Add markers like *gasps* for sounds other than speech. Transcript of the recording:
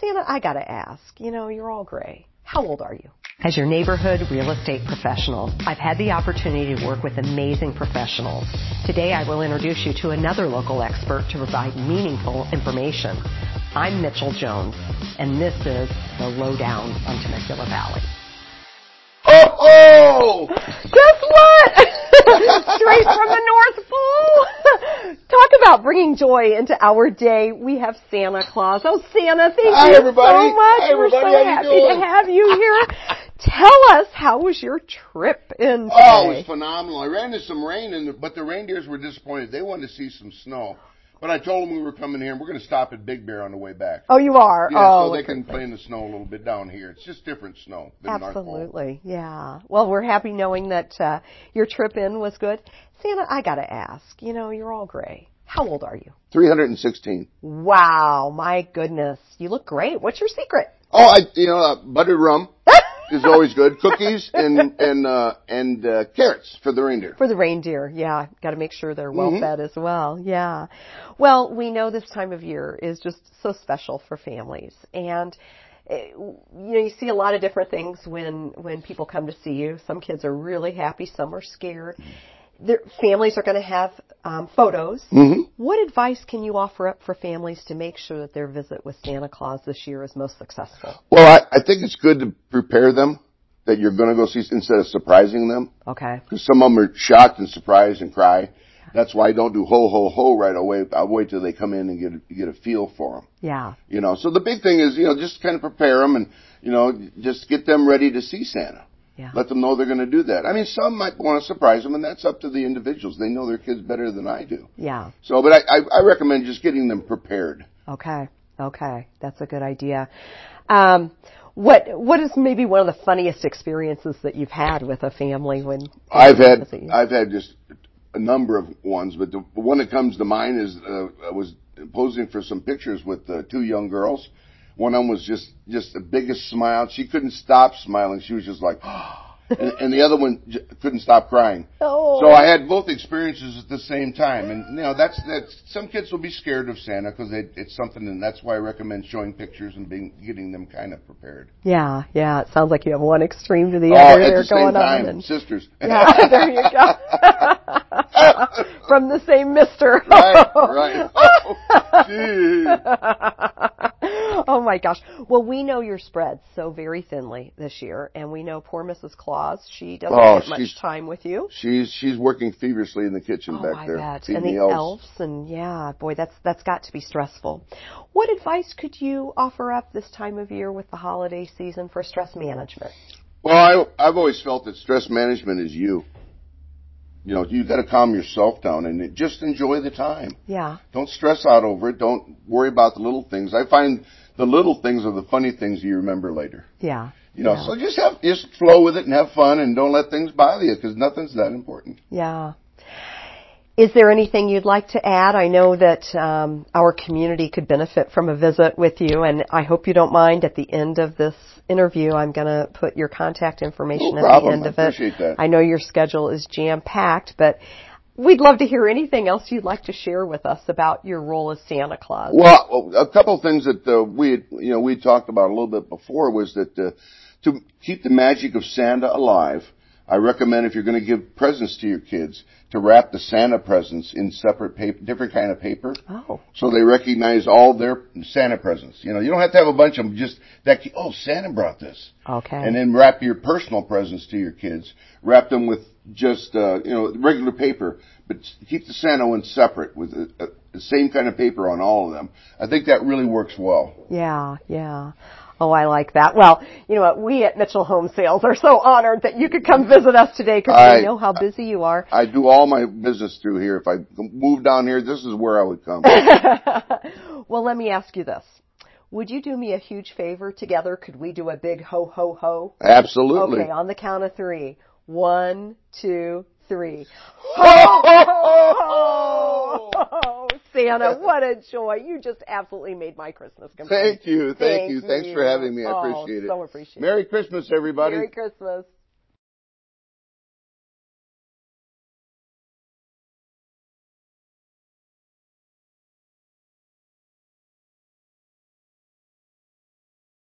Santa, I gotta ask, you know, you're all gray. How old are you? As your neighborhood real estate professional, I've had the opportunity to work with amazing professionals. Today I will introduce you to another local expert to provide meaningful information. I'm Mitchell Jones, and this is The Lowdown on Temecula Valley. Oh, oh! Guess what? *laughs* Straight from the North Pole. *laughs* Talk about bringing joy into our day. We have Santa Claus. Oh, Santa, thank Hi, you everybody. so much. Hi, everybody. We're How so happy you doing? to have you *laughs* here. Tell us, how was your trip in today? Oh, it was phenomenal. I ran into some rain, and but the reindeers were disappointed. They wanted to see some snow. But I told them we were coming here, and we're going to stop at Big Bear on the way back. Oh, you are. Yeah, oh, so they look can at play in the snow a little bit down here. It's just different snow than North Pole. Absolutely, yeah. Well, we're happy knowing that uh, your trip in was good. Santa, I gotta ask. You know, you're all gray. How old are you? 316. Wow, my goodness, you look great. What's your secret? Oh, I you know uh, *laughs* buttered rum is always good. Cookies and and uh, and uh, carrots for the reindeer. For the reindeer, yeah, got to make sure they're well fed as well. Yeah. Well, we know this time of year is just so special for families, and eh, you know you see a lot of different things when when people come to see you. Some kids are really happy, some are scared. Their families are going to have um, photos. What advice can you offer up for families to make sure that their visit with Santa Claus this year is most successful? Well, I, I think it's good to prepare them that you're going to go see instead of surprising them. Okay. because some of them are shocked and surprised and cry. That's why I don't do ho ho ho right away. I wait till they come in and get a, get a feel for them. Yeah. You know, so the big thing is you know just kind of prepare them and you know just get them ready to see Santa. Yeah. Let them know they're going to do that. I mean, some might want to surprise them, and that's up to the individuals. They know their kids better than I do. Yeah. So, but I, I, I recommend just getting them prepared. Okay. Okay. That's a good idea. Um, what what is maybe one of the funniest experiences that you've had with a family when I've had Visit you? I've had just a number of ones, but the one that comes to mind is uh, I was posing for some pictures with uh, two young girls. One of them was just just the biggest smile. She couldn't stop smiling. She was just like, *gasps* and, and the other one j- couldn't stop crying. Oh. So I had both experiences at the same time, and you know that's that's some kids will be scared of Santa because it's something, and that's why I recommend showing pictures and being getting them kind of prepared. Yeah, yeah. It sounds like you have one extreme to the All other at there Oh, the same going time, on. And, *laughs* sisters. *laughs* yeah, there you go. *laughs* From the same mister. *laughs* right, right. Oh, *laughs* gee. *laughs* oh my gosh. Well, we know your spread so very thinly this year, and we know poor Mrs. Claus. She doesn't Oh, get much she's- time with you. She's she's working feverishly in the kitchen Oh, back I there, bet. feeding and the the elves. and yeah, boy, that's that's got to be stressful. What advice could you offer up this time of year with the holiday season for stress management? Well, I I've always felt that stress management is you. You know, you got to calm yourself down and just enjoy the time. Yeah, Don't stress out over it. Don't worry about the little things. I find the little things are the funny things you remember later. yeah, You know, so just have just flow with it and have fun and don't let things bother you because nothing's that important. yeah. Is there anything you'd like to add? I know that um, our community could benefit from a visit with you, and I hope you don't mind. At the end of this interview, I'm going to put your contact information No at the problem. end I of it. appreciate that. I know your schedule is jam packed, but we'd love to hear anything else you'd like to share with us about your role as Santa Claus. Well, a couple of things that uh, we had, you know we had talked about a little bit before was that uh, to keep the magic of Santa alive, I recommend if you're going to give presents to your kids to wrap the Santa presents in separate paper, different kind of paper. Oh. So they recognize all their Santa presents. You know, you don't have to have a bunch of them. Just that. Oh, Santa brought this. Oh, Okay. And then wrap your personal presents to your kids. Wrap them with just uh, you know regular paper, but s- keep the Santa one separate with the uh, the same kind of paper on all of them. I think that really works well. Yeah, yeah. Oh, I like that. Well, you know what? We at Mitchell Home Sales are so honored that you could come visit us today because I- we know how busy you are. I do all my business through here. If I moved down here, this is where I *laughs* would come. Well, let me ask you this. Would you do me a huge favor together? Could we do a big ho ho ho? Absolutely. *laughs* *laughs* Okay, on the count of three. One, two, *laughs* three. Ho, ho, ho. Santa, what a joy. You just absolutely made my Christmas complete. Thank you, thank, Thank you. Thanks you. for having me. I Oh, appreciate it. so appreciate it. Merry Christmas, everybody. Merry Christmas.